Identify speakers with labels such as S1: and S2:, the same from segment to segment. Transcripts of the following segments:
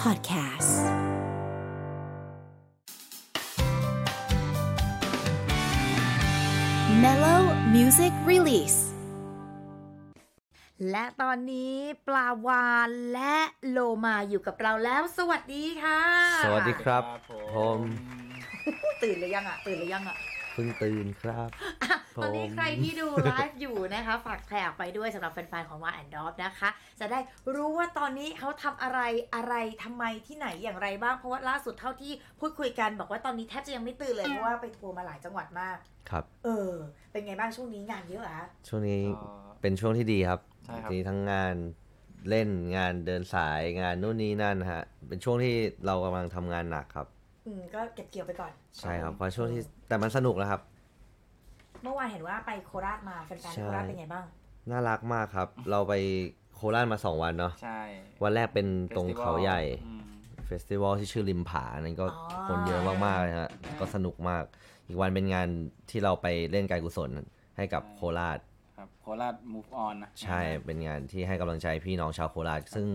S1: Podcast Mellow Music Release
S2: และตอนนี้ปลาวานและโลมาอยู่กับเราแล้ว สวัสดีค่ะ
S3: สวัสดีครับ
S4: ครับผม
S3: ผม
S2: ตื่นหรือยังอ่ะตื่นหรือยังอ่ะ
S3: เพิ่งตื่นครับ
S2: อ่ะ ตอนนี้
S3: ผม
S2: ใครที่ดูไลฟ์อยู่นะคะ ฝากแชร์ออกไปด้วยสำหรับแฟนๆ ของวาแอนดอฟนะคะ จะได้รู้ว่าตอนนี้เขาทำอะไรอะไรทำไมที่ไหนอย่างไรบ้าง เพราะว่าล่าสุดเท่าที่พูดคุยกันบอกว่าตอนนี้แทบจะยังไม่ตื่นเลยเพราะว่าไปทัวร์มาหลายจังหวัดมาก
S3: ครับ
S2: เออ เป็นไงบ้างช่วงนี้งานเยอะเหรอ่ะ
S3: ช่วงนี้
S4: อ๋อ
S3: เป็นช่วงที่ดีครับ
S4: ใช่ครับ
S3: มีทั้งงานเล่นงานเดินสายงานนู่นนี่นั่นฮะ เป็นช่วงที่เรากำลังทำงานหนักครับ
S2: อืมก็เก็บเกี่ยวไปก่อน
S3: ใช่ครับเพราะช่วงที่แต่มันสนุกแล้วครับ
S2: เมื่อวานเห็นว่าไปโคราชมาแฟนๆ โคราชเป็นไงบ้าง
S3: น่ารักมากครับ เราไปโคราชมาสองวันเนาะ
S4: ใช่
S3: วันแรกเป็นตรงเขาใหญ่
S4: อืม
S3: เฟสติวัลที่ชื่อริมผาอันนั้นก็
S2: อ๋อ
S3: คนเยอะมากๆเลยฮะก็สนุกมาก อีกวันเป็นงานที่เราไปเล่นการกุศลให้กับโคราช
S4: ครับโคราช move on นะ
S3: ใช่ เป็นงานที่ให้กำลังใจพี่น้องชาวโคราช ซึ่ง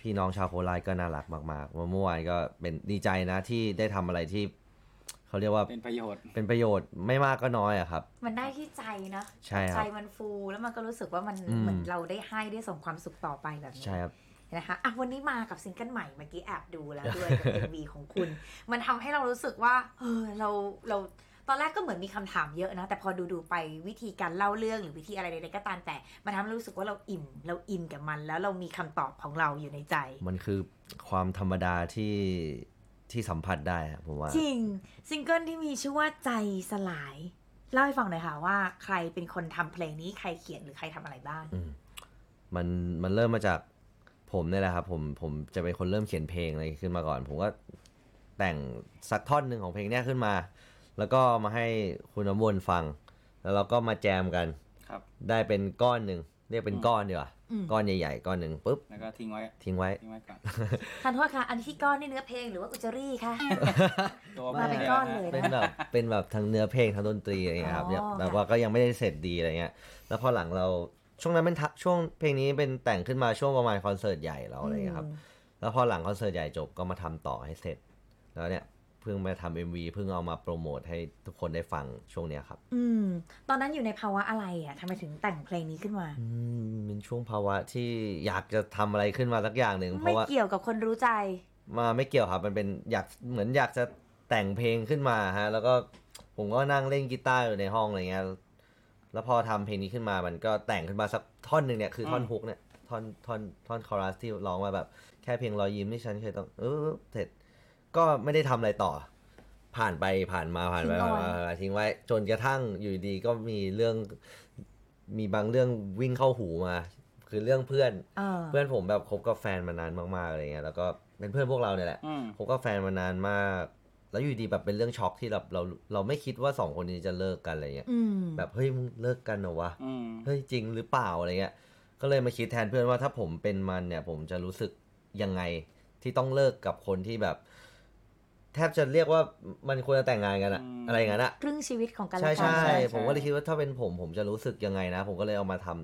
S3: พี่น้องชาวโคราชก็น่ารักมากๆเมื่อวานก็เป็นดีใจนะที่ได้ทำอะไรที่ เขาเรียกว่า
S4: เป็นประโยชน์
S3: เป็นประโยชน์ไม่มากก็น้อยอะครับ
S2: มันได้ที่ใจนะ
S3: ใช่ครับ
S2: ใจมันฟูแล้วมันก็รู้สึกว่ามัน
S3: อืม
S2: เหมือนเราได้ให้ได้ส่งความสุขต่อไปแบบนี้
S3: ใช่ครับ
S2: นะคะอ่ะวันนี้มากับซิงเกิลใหม่เมื่อกี้แอบดูแล้วด้วย กับ MV ของคุณ มันทำให้เรารู้สึกว่าเออเราเราตอนแรกก็เหมือนมีคำถามเยอะนะ แต่พอดูดูๆไปวิธีการเล่าเรื่องหรือวิธีอะไรใดๆก็ตามแต่มันทำให้รู้สึกว่าเราอิ่ม เราอินกับมัน แล้วเรามีคำตอบของเราอยู่ในใจ
S3: มันคือความธรรมดาที่ที่สัมผัสได้อะผมว่า
S2: จริงซิงเกิลที่มีชื่อว่าใจสลาย เล่าให้ฟังหน่อยค่ะว่าใครเป็นคนทำเพลงนี้ใครเขียนหรือใครทำอะไรบ้าง
S3: มันมันเริ่มมาจากผมเนี่ยแหละครับผมผมจะเป็นคนเริ่มเขียนเพลงอะไรขึ้นมาก่อน ผมก็แต่งสักท่อนหนึ่งของเพลงเนี้ยขึ้นมา แล้วก็มาให้คุณน้ำวนฟัง แล้วเราก็มาแจมกัน
S4: ครับ
S3: ได้เป็นก้อนหนึ่งเรียกเป็นก้อนดีกว่า
S2: อืม
S3: ก้อนใหญ่ๆก้อนหนึ่งปุ๊บ
S4: แล้วก็ทิ้งไว้
S3: ทิ้งไว้
S4: ทิ้งไว้ก่อน
S2: ทานโทษค่ะ อันที่ก้อนนี่เนื้อเพลงหรือว่าอุจจารีค่ะ
S4: ตัว
S2: มาเป็นก้อนเลย
S3: เป็นแบบเป็นแบบทั้งเนื้อเพลงทั้งดนตรีอะไรเงี้ยครับ
S2: อ๋อ
S3: แต่ว่าก็ยังไม่ได้เสร็จดีอะไรเงี้ย แล้วพอหลังเราช่วงนั้นเป็นทะช่วงเพลงนี้เป็นแต่งขึ้นมาช่วงประมาณคอนเสิร์ตใหญ่เราอะไรเงี้ยครับ แล้วพอหลังคอนเสิร์ตใหญ่จบก็มาทำต่อให้เสร็จ แล้วเนี่ยเพิ่งมาทำเอ็มวีเพิ่งเอามาโปรโมทให้ทุกคนได้ฟังช่วงเนี้ยครับ
S2: อืม ตอนนั้นอยู่ในภาวะอะไรอ่ะทำไมถึงแต่งเพลงนี้ขึ้นมา
S3: อืมเป็นช่วงภาวะที่อยากจะทำอะไรขึ้นมาสักอย่างหนึ่งเพ
S2: ไม่
S3: ราะว่า
S2: เกี่ยวกับคนรู้ใจ
S3: มาไม่เกี่ยวครับ มันเป็นอยากเหมือนอยากจะแต่งเพลงขึ้นมาฮะ แล้วก็ผมก็นั่งเล่นกีตาร์อยู่ในห้องอะไรเงี้ย แล้วพอทำเพลงนี้ขึ้นมา มันก็แต่งขึ้นมาสักท่อนหนึ่งเนี่ยคือท่อนฮุกเนี่ยท่อนท่อนท่อนคอรัสที่ร้องมาแบบ แค่เพียงรอยยิ้มที่ฉันเคยต้องเออเสร็จก็ไม่ได้ทำอะไรต่อ ผ่านไปผ่านมาผ่านไป
S2: ทิ้งเอาไว้
S3: ผ่านมาผ่านมาทิ้งไว้ จนกระทั่งอยู่ดีก็มีเรื่องมีบางเรื่องวิ่งเข้าหูมา คือเรื่องเพื่อน
S2: เออ
S3: เพื่อนผมแบบคบกับแฟนมานานมากๆอะไรเงี้ย แล้วก็เป็นเพื่อนพวกเราเนี่ยแหละ
S4: อืม
S3: คบกับแฟนมานานมาก แล้วอยู่ดีแบบเป็นเรื่องช็อกที่แบบเราเราไม่คิดว่าสองคนนี้จะเลิกกันอะไรเงี้ย
S2: อืม
S3: แบบเฮ้ยมึงเลิกกันเหรอวะ
S4: อืม
S3: เฮ้ยจริงหรือเปล่าอะไรเงี้ย ก็เลยมาคิดแทนเพื่อนว่าถ้าผมเป็นมันเนี่ย ผมจะรู้สึกยังไงที่ต้องเลิกกับคนที่แบบ แทบจะเรียกว่ามันควรจะแต่งงานกันอะ
S4: อืม
S3: อะไรอย่างนั้นอะ
S2: ครึ่งชีวิตของกัน
S3: ใช่
S2: และกั
S3: ใช่
S4: ใช่ใช่
S3: ผมก็เลยคิดว่าถ้าเป็นผมผมจะรู้สึกยังไงนะ ผมก็เลยเอามาทำ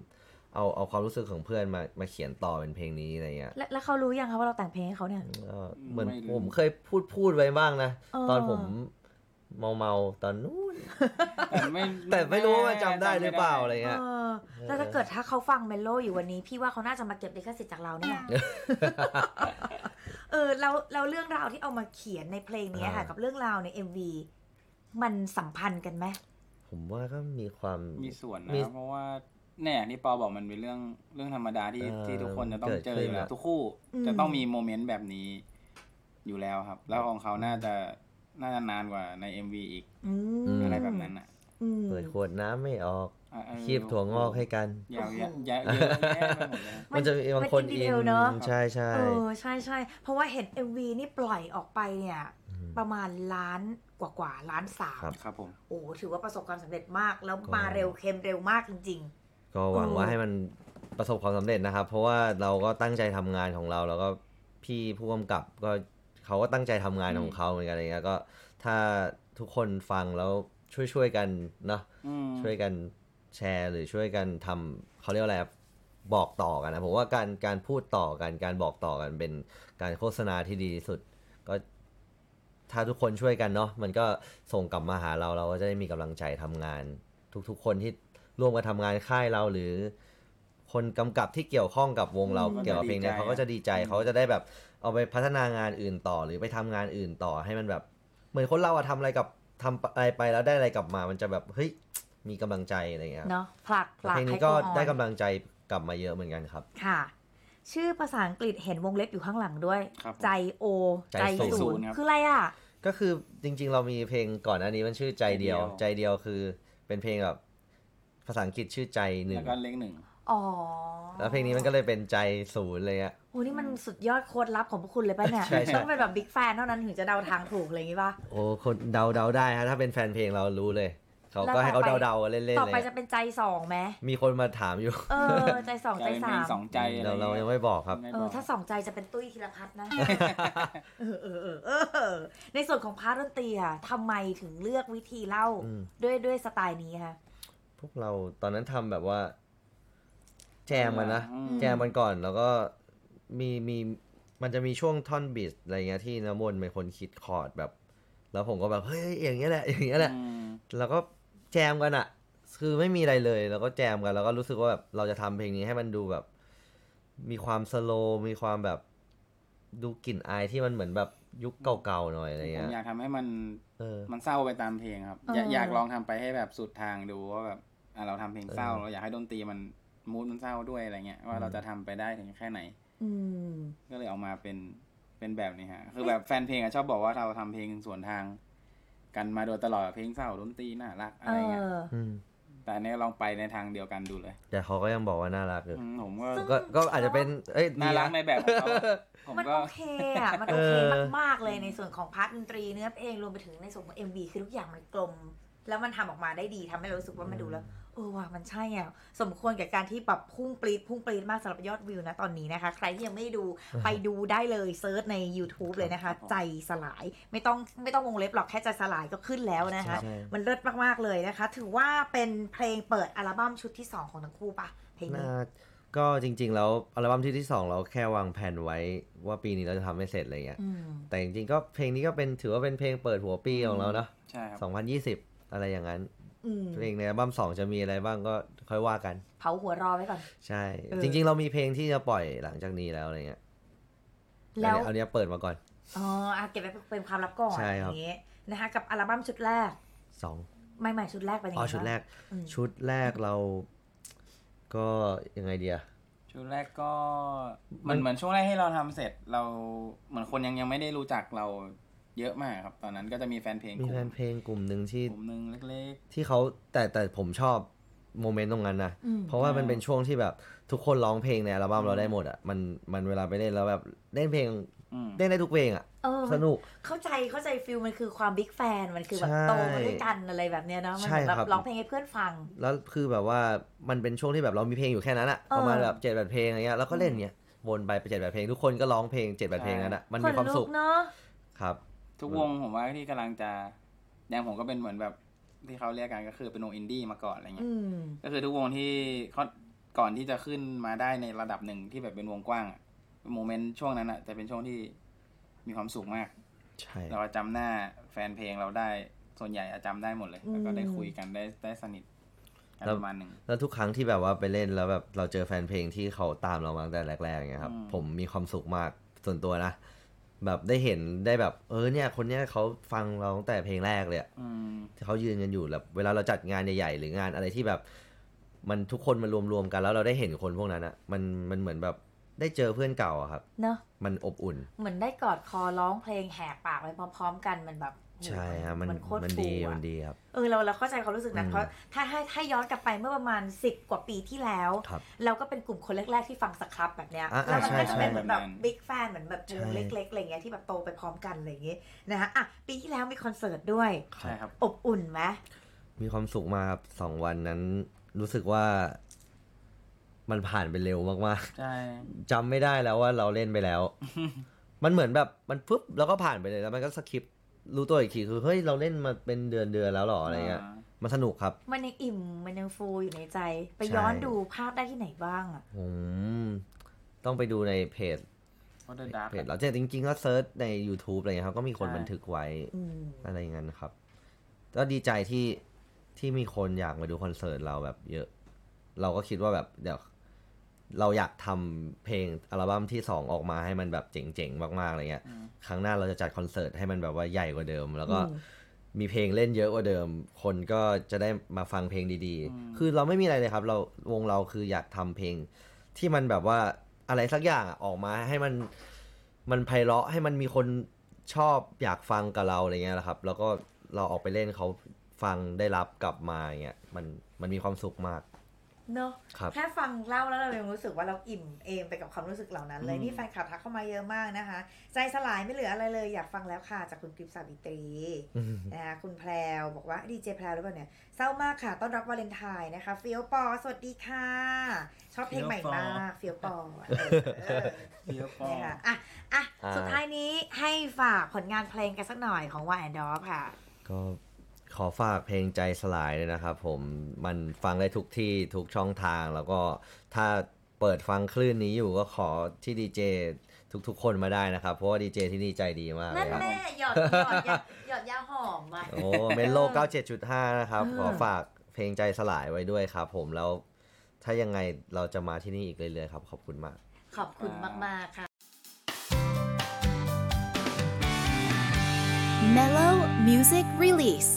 S3: เอาเอาความรู้สึกของเพื่อนมามาเขียนต่อเป็นเพลงนี้อะไรเงี้ย
S2: และแล้วเขารู้ยังคะว่าเราแต่งเพลงให้เขาเนี่ย
S3: เออเหมือน
S4: ไม่รู้
S3: ผมเคยพูดพูดไว้บ้างนะ
S2: เออ
S3: ตอนผมเมาเมาๆตอนนู้น
S4: แต่ไม่
S3: แต่ไม่รู้ว่าจำได้หรือเปล่าอะไรเงี้ย
S2: เออ แล้วถ้าเกิดถ้าเขาฟังเมโลอยู่วันนี้ พี่ว่าเขาน่าจะมาเก็บลิขสิทธิ์จากเราเนี่ย เออแล้วแล้วเรื่องราวที่เอามาเขียนในเพลงเนี้ยค่ะ
S3: อ่า
S2: กับเรื่องราวใน MV มันสัมพันธ์กันไหม
S3: ผมว่าก็มีความ
S4: มีส่วน
S3: มี
S4: นะ เพราะว่าเนี่ยที่ปอบอกมันเป็นเรื่องเรื่องธรรมดาที่
S3: เออ
S4: ที่ทุกคนจะต้องเจอ
S3: เกิ
S4: อ
S3: ดขึ้น
S4: ยู่แล้ว
S3: อะ
S4: ทุกคู่
S2: อืม
S4: จะต้องมีโมเมนต์แบบนี้อยู่แล้วครับ แล้วของเขาน่าจะน่าจะนานกว่าใน MV อีก
S2: อืม
S4: อะไรแบบนั้นอ่ะ
S2: อืม
S3: เปิดขวดน้ำไม่ออก
S4: อ่ะเออ
S3: คีบถั่วงอกให้กัน
S4: ยาวๆเยอะแยะเยอะแยะไปหมดเลยครับ
S3: มันจะมีบางคน
S2: มัดี
S3: อิ
S2: เท
S3: น
S2: ลเนอะ
S3: ใช่ใช่
S2: เออใช่ใช่เพราะว่าเห็น MV นี่ปล่อยออกไปเนี่ย ประมาณล้านกว่ากว่าๆล้านสาม
S4: ครับผม
S2: โอ้ถือว่าประสบความสำเร็จมาก แล้วมาเร็วเค็มเร็วมากจริง
S3: ก็หวังว่า
S2: เออ
S3: ให้มันประสบความสำเร็จนะครับ เพราะว่าเราก็ตั้งใจทำงานของเราแล้วก็พี่ผู้กำกับก็เขาก็ตั้งใจทำงานของเขาเหมือนกันอะไรเงี้ยก็ถ้าทุกคนฟังแล้วช่วยๆกันเนาะ
S4: อืม
S3: ช่วยกันแชร์หรือช่วยกันทำเขาเรียกว่าอะไรอะ บอกต่อกันนะผมว่าการการพูดต่อกันการบอกต่อกันเป็นการโฆษณาที่ดีที่สุด ก็ถ้าทุกคนช่วยกันเนาะมันก็ส่งกลับมาหาเราเราก็จะได้มีกำลังใจทำงาน ทุกๆคนที่ร่วมกันทำงานค่ายเราหรือ คนกำกับที่เกี่ยวข้องกับวงเรา
S4: อืม
S3: เกี่ยวกับเพลงเนี้ย
S4: เขา
S3: เขา
S4: ก็
S3: ก็
S4: จะ
S3: จะ
S4: ดี
S3: ดี
S4: ใจ
S3: ใจ
S4: อืม
S3: เขาก็จะได้แบบเอาไปพัฒนางานอื่นต่อหรือไปทำงานอื่นต่อให้มันแบบ เหมือนคนเราอะทำอะไรกับทำอะไรไปแล้วได้อะไรกลับมา มันจะแบบเฮ้ยมีกำลังใจอะไรอย่างเงี้ย
S2: เนาะผลักผลัก
S3: เพลง
S2: ให้
S3: นี้ก็
S2: เขาออน
S3: ได้กำลังใจกลับมาเยอะเหมือนกันครับ
S2: ค่ะ ชื่อภาษาอังกฤษเห็นวงเล็บอยู่ข้างหลังด้วย
S4: ครับผม
S2: ใจโอ
S3: ใจศูนย์
S2: ศูน
S4: ครับ
S2: คืออะไรอ่ะ
S3: ก็คือจริงๆ เรามีเพลงก่อนหน้านี้มันชื่อใจเดียว
S4: ใจ
S3: ใจ
S4: เดี
S3: เดี
S4: ย
S3: ยว วคือเป็นเพลงแบบภาษาอังกฤษชื่อใจหนึ่
S4: แล้
S3: ง
S4: วก็เลขหนึ่ง
S2: อ๋อ
S3: แล้วเพลงนี้มันก็เลยเป็นใจศูนย์เลยอะ
S2: โอ้นี่มันสุดยอดโค้ดลับของพวกคุณเลยป่ะเนี่ย
S3: ใช่ใช่
S2: ต้องเป็นแบบบิ๊กแฟนเท่านั้นถึงจะเดาทางถูกอะไรอย่างงี้ป่ะ
S3: โอ้คนเดาเดาได้ฮะถ้าเป็นแฟนเพลงเรารู้เลย เขา
S2: แล้ว
S3: ก็
S2: ต่อ
S3: ให้เขา
S2: ไป
S3: เดาเดาๆเล่นๆเล
S2: ต่อไป
S3: ย
S2: จะเป็นใจสองไหม
S3: มีคนมาถามอยู่
S2: เออ ใจสองใจ
S4: เป็นเพ
S2: สา
S4: ลง
S2: ม
S4: สองใจอะไร
S3: เราเรายังไม่บอกครับ
S4: ไม่
S2: เอบ อ
S4: อก
S2: ถ้าสองใจจะเป็นตุ้ยธีรพัฒน์นะ เออเออเออเออ ในส่วนของพาร์ทดนตรีอะทำไมถึงเลือกวิธีเล่า
S3: อืม
S2: ด้วยด้วยสไตล์นี้คะ
S3: พวกเราตอนนั้นทำแบบว่า แจมมันนะ
S4: อืม
S3: แจมมันก่อนแล้วก็มีมีมันจะมีช่วงท่อนบีทอะไรเงี้ยที่น้ำมนต์เป็นคนคิดคอร์ดแบบ แล้วผมก็แบบเฮ้ยอย่างเงี้ยแหละอย่างเงี้ยแหละ แล้วก็แจมกันอะคือไม่มีอะไรเลย แล้วก็แจมกัน แล้วก็รู้สึกว่าแบบเราจะทำเพลงนี้ให้มันดูแบบ มีความสโลว์มีความแบบ ดูกลิ่นอายที่มันเหมือนแบบยุคเก่าๆหน่อยอะไร
S4: ผ
S3: เงี้
S4: ม
S3: ย
S4: อยากทำให้มัน
S3: เออ
S4: มันเศร้าไปตามเพลงครับ อยา
S2: เออ
S4: กอ
S2: อ
S4: ยากลองทำไปให้แบบสุดทางดูว่าแบบอ่ะเราทำเพลงเศร้า
S3: เออ
S4: เราอยากให้ดนตรีมันมูดมันเศร้าด้วยอะไรเงี้ยว่าเราจะทำไปได้ถึงแค่ไหน
S2: อืม
S4: ก็เลยออกมาเป็นเป็นแบบนี้ฮะ คือแบบแฟนเพลงอะชอบบอกว่าเราทำเพลงสวนทาง กันมาโดยตลอดเพลงเศร้าดนตรีน่ารักอะ
S2: เอ
S4: ไรเงี้ย
S2: อ
S3: อืม
S4: แต่อันนี้ลองไปในทางเดียวกันดูเลย
S3: แต่เขาก็ยังบอกว่าน่ารักอยู่
S4: อืมผมก็
S2: ซึ่ง
S3: ก็ก็อาจจะเป็นเอ้ย
S4: น่ารักใน
S3: ดีะ
S4: แบบของเขาผม
S2: มัน
S4: ก็
S2: โอเคอ่ะ มันโอเค
S3: เออ
S2: มาก ๆ เลยในส่วนของพาร์ทดนตรีเนื้อเพลงรวมไปถึงในส่วนของ MV คือทุกอย่างมันกลม แล้วมันทำออกมาได้ดีทำให้เรารู้สึกว่ามันดูแล้วเออว่ะมันใช่อ่ะ สมควรกับการที่แบบพุ่งปรีดพุ่งปรีดมากสำหรับยอดวิวนะตอนนี้นะคะ ใครที่ยังไม่ดูไปดูได้เลยเซิร์ชใน YouTube เลยนะคะ
S4: ครับ
S2: ใจสลายไม่ต้องไม่ต้องวงเล็บหรอกแค่ใจสลายก็ขึ้นแล้วนะคะ
S3: ใช่
S2: มันเลิศมากๆเลยนะคะ ถือว่าเป็นเพลงเปิดอัลบั้มชุดที่สองของทั้งคู่ปะเพลงนี้
S3: น่าก็จริง ๆ แล้วอัลบั้มที่ที่สองเราแค่วางแผนไว้ว่าปีนี้เราจะทำให้เสร็จอะไรเงี้ย
S2: อืม
S3: แต่จริงๆก็เพลงนี้ก็เป็นถือว่าเป็นเพลงเปิดหัวปีของเราเนาะ
S4: ใช่ครับ
S3: 2020 อะไรอย่างนั้น
S2: อืม
S3: เพลงในอัลบั้มสองจะมีอะไรบ้างก็ค่อยว่ากัน
S2: เผาหัวรอไว้ก่อน
S3: ใช่
S2: เออ
S3: จริง ๆ เรามีเพลงที่จะปล่อยหลังจากนี้แล้วอะไรเงี้ย
S2: แล้ว
S3: อันเนี้ยอันเนี้ยเปิดมาก่อน
S2: อ๋ออะเก็บไว้เป็นความลับก่อน
S3: ใช่
S2: อ
S3: ครับ
S2: ย่างงี้นะคะ กับอัลบั้มชุดแรก
S3: สอง
S2: ใหม่ๆชุดแรกเป็นยัง
S3: อ๋
S2: ไง
S3: อ
S2: บ้าง
S3: ชุดแรก
S2: อืม
S3: ชุดแรกเรา ก็ยังไงเดีย
S4: ชุดแรกก็
S3: มั
S4: มัน
S3: น
S4: เหมือนช่วงแรกที่เราทำเสร็จเราเหมือนคนยังยังไม่ได้รู้จักเราเยอะมากครับ ตอนนั้นก็จะมีแฟนเพลง
S3: มี
S4: กลุ่
S3: แฟ
S4: ม
S3: นเพลงกลุ่มหนึ่งที่
S4: กลุ่มหนึ่งเล็ก
S3: ที่เขาแต่แต่ผมชอบโมเมนต์ตรงนั้นนะ
S2: อืม
S3: เพราะว่ามัน
S4: อ่า
S3: เป็นช่วงที่แบบทุกคนร้องเพลงในอัลบั้ม
S4: อืม
S3: เราได้หมดอ่ะมันมันเวลาไปเล่นแล้วแบบเล่นเพลง
S4: ๆอืม
S3: เล่นได้ทุกเพลงอ่ะ
S2: เออ
S3: สนุก
S2: เข้าใจเข้าใจฟิลมันคือความบิ๊กแฟน มันคือแบบ
S3: ใช่
S2: โตมาด้วยกันอะไรแบบเนี้ยเนาะมันเหมือน
S3: ใช่
S2: แบบ
S3: ครับ
S2: ร้องเพลงให้เพื่อนฟัง
S3: แล้วคือแบบว่ามันเป็นช่วงที่แบบเรามีเพลงอยู่แค่นั้นอ่ะ
S2: เออ
S3: ประมาณแบบเจ็ดแปดเพลงอะไรเงี้ยแล้วก็เล่นเงี้ยวนไปไปเจ็ดแปดเพลงทุกคนก็ร้องเพลงเจ็ดแปดเพลงนั้นอ่ะมันมีความ
S2: นลุ
S3: สุข
S2: กเนาะ
S3: ครับ
S4: ทุกวงผมว่าที่กำลังจะอย่างผมก็เป็นเหมือนแบบที่เขาเรียกกันก็คือเป็นวงอินดี้มาก่อนอะไรเงี้ย
S2: อืม
S4: ก็คือทุกวงที่เขาก่อนที่จะขึ้นมาได้ในระดับหนึ่งที่แบบเป็นวงกว้างอะโมเมนต์ช่วงนั้นอะจะเป็นช่วงที่มีความสุขมาก
S3: ใช่
S4: เราจำหน้าแฟนเพลงเราได้ส่วนใหญ่อะจำได้หมดเลย แล้วก็ได้คุยกันได้ได้สนิทกันประมาณหนึ่ง
S3: แล้วทุกครั้งที่แบบว่าไปเล่นแล้วแบบเราเจอแฟนเพลงที่เขาตามเรามาตั้งแต่แรกๆเงี้ยครับ
S4: อืม
S3: ผมมีความสุขมากส่วนตัวนะแบบได้เห็นได้แบบเออเนี่ยคนเนี้ยเขาฟังเราตั้งแต่เพลงแรกเลยอะ
S4: อืม
S3: ที่เขายืนกันอยู่แบบเวลาเราจัดงานใหญ่ๆหรืองานอะไรที่แบบ มันทุกคนมารวมๆกันแล้วเราได้เห็นคนพวกนั้นอะมันมันเหมือนแบบได้เจอเพื่อนเก่าอะครับ
S2: เนาะ
S3: มันอบอุ่น
S2: เหมือนได้กอดคอร้องเพลงแหกปากไปพร้อม ๆ กันมันแบบ
S3: ใช่ฮะมัน
S2: มันโคตร
S3: มันดี
S2: ฟูอะ
S3: มันดีครับ
S2: เออเราเราเข้าใจความรู้สึกนะ
S3: อืม
S2: เพราะถ้าให้ถ้าย้อนกลับไปเมื่อประมาณ 10 กว่าปีที่แล้ว
S3: ครับ
S2: เราก็เป็นกลุ่มคนแรก ๆ ที่ฟังสครับแบบเนี้ย
S3: อ่า
S2: แล้วมันก็
S3: ใช่
S2: จะ
S3: ใช่
S2: เป็นเหมือนแบบ
S4: แบบนั้น
S2: บิ๊กแฟนเหมือนแบบวง
S3: ใช่
S2: เล็กๆอะไรเงี้ยที่แบบโตไปพร้อมกันอะไรอย่างเงี้ยนะคะอ่ะปีที่แล้วมีคอนเสิร์ตด้วย
S4: ใช่ครับ
S2: อบอุ่นไหม
S3: มีความสุขมากครับสองวันนั้น รู้สึกว่า มันผ่านไปเร็วมาก
S4: ใช่
S3: ๆจำไม่ได้แล้วว่าเราเล่นไปแล้ว มันเหมือนแบบมันปุ๊บแล้วก็ผ่านไปเลยแล้วมันก็สคิปรู้ตัวอีกทีคือเฮ้ยเราเล่นมาเป็นเดือนเดือนๆแล้วหรออะไรเงี้ย มันสนุกครับ
S2: มันยังอิ่มมันยังฟูอยู่ในใจ ไป
S3: ใช่
S2: ย้อนดูภาพได้ที่ไหนบ้างอะ
S3: ผมต้องไปดูในเพจ
S4: เพราะเดอะดาร์
S3: เพจเราจริงจริงๆก็เซิร์ชใน YouTube อะไรเงี้ยครับก็มีคนบันทึกไว้
S2: อืม
S3: อะไรอย่างนั้นครับ ก็ดีใจที่ที่มีคนอยากมาดูคอนเสิร์ตเราแบบเยอะ เราก็คิดว่าแบบเดี๋ยวเราอยากทำเพลงอัลบั้มที่สองออกมาให้มันแบบเจ๋งๆ มากๆอะไรเงี้ย ครั้งหน้าเราจะจัดคอนเสิร์ตให้มันแบบว่าใหญ่กว่าเดิม แล้วก็มีเพลงเล่นเยอะกว่าเดิม คนก็จะได้มาฟังเพลงดีๆ คือเราไม่มีอะไรเลยครับ เราวงเราคืออยากทำเพลง ที่มันแบบว่าอะไรสักอย่างอะออกมาให้มันมันไพเราะให้มันมีคนชอบอยากฟังกับเราอะไรเงี้ยแหละครับ แล้วก็เราออกไปเล่นเขาฟังได้รับกลับมาอย่างเงี้ยมันมันมีความสุขมาก
S2: เนอะ
S3: ครับ
S2: แค่ฟังเล่าแล้วเรายังรู้สึกว่าเราอิ่มเอมไปกับความรู้สึกเหล่านั้นเลยนี่แฟนคลับทักเข้ามาเยอะมากนะคะ ใจสลายไม่เหลืออะไรเลยอยากฟังแล้วค่ะจากคุณกริปสาวิตรี นะคะคุณแพรวบอกว่าดีเจแพรวหรือเปล่าเนี่ยเศร้ามากค่ะ ต้อนรับวาเลนไทน์นะคะเฟียวปอ สวัสดีค่ะ ชอบเพลงใหม่มากเฟียวปอเออ
S4: เดียวก็
S2: นะคะอ่ะอ่ะ
S3: อ่า
S2: สุดท้ายนี้ให้ฝากผลงานเพลงกันสักหน่อยของวาแอนดอฟค่ะ
S3: ก็ขอฝากเพลงใจสลายด้วยนะครับผมมันฟังได้ทุกที่ทุกช่องทางแล้วก็ถ้าเปิดฟังคลื่นนี้อยู่ก็ขอที่ดีเจทุกๆ คนมาได้นะครับ เพราะว่าดีเจที่นี่ใจดีมากเล
S2: นั่น
S3: ยครับ
S2: แม่หยอดหยอดยาหยอดยาหอมมา
S3: โอ้เมนโล 97.5 นะครับ
S2: อ่า
S3: ขอฝากเพลงใจสลายไว้ด้วยครับผมแล้ว ถ้ายังไงเราจะมาที่นี่อีกเรื่อยๆครับ ขอบคุณมาก
S2: ขอบคุณมาก ๆ ค่ะ
S1: Mellow Music Release.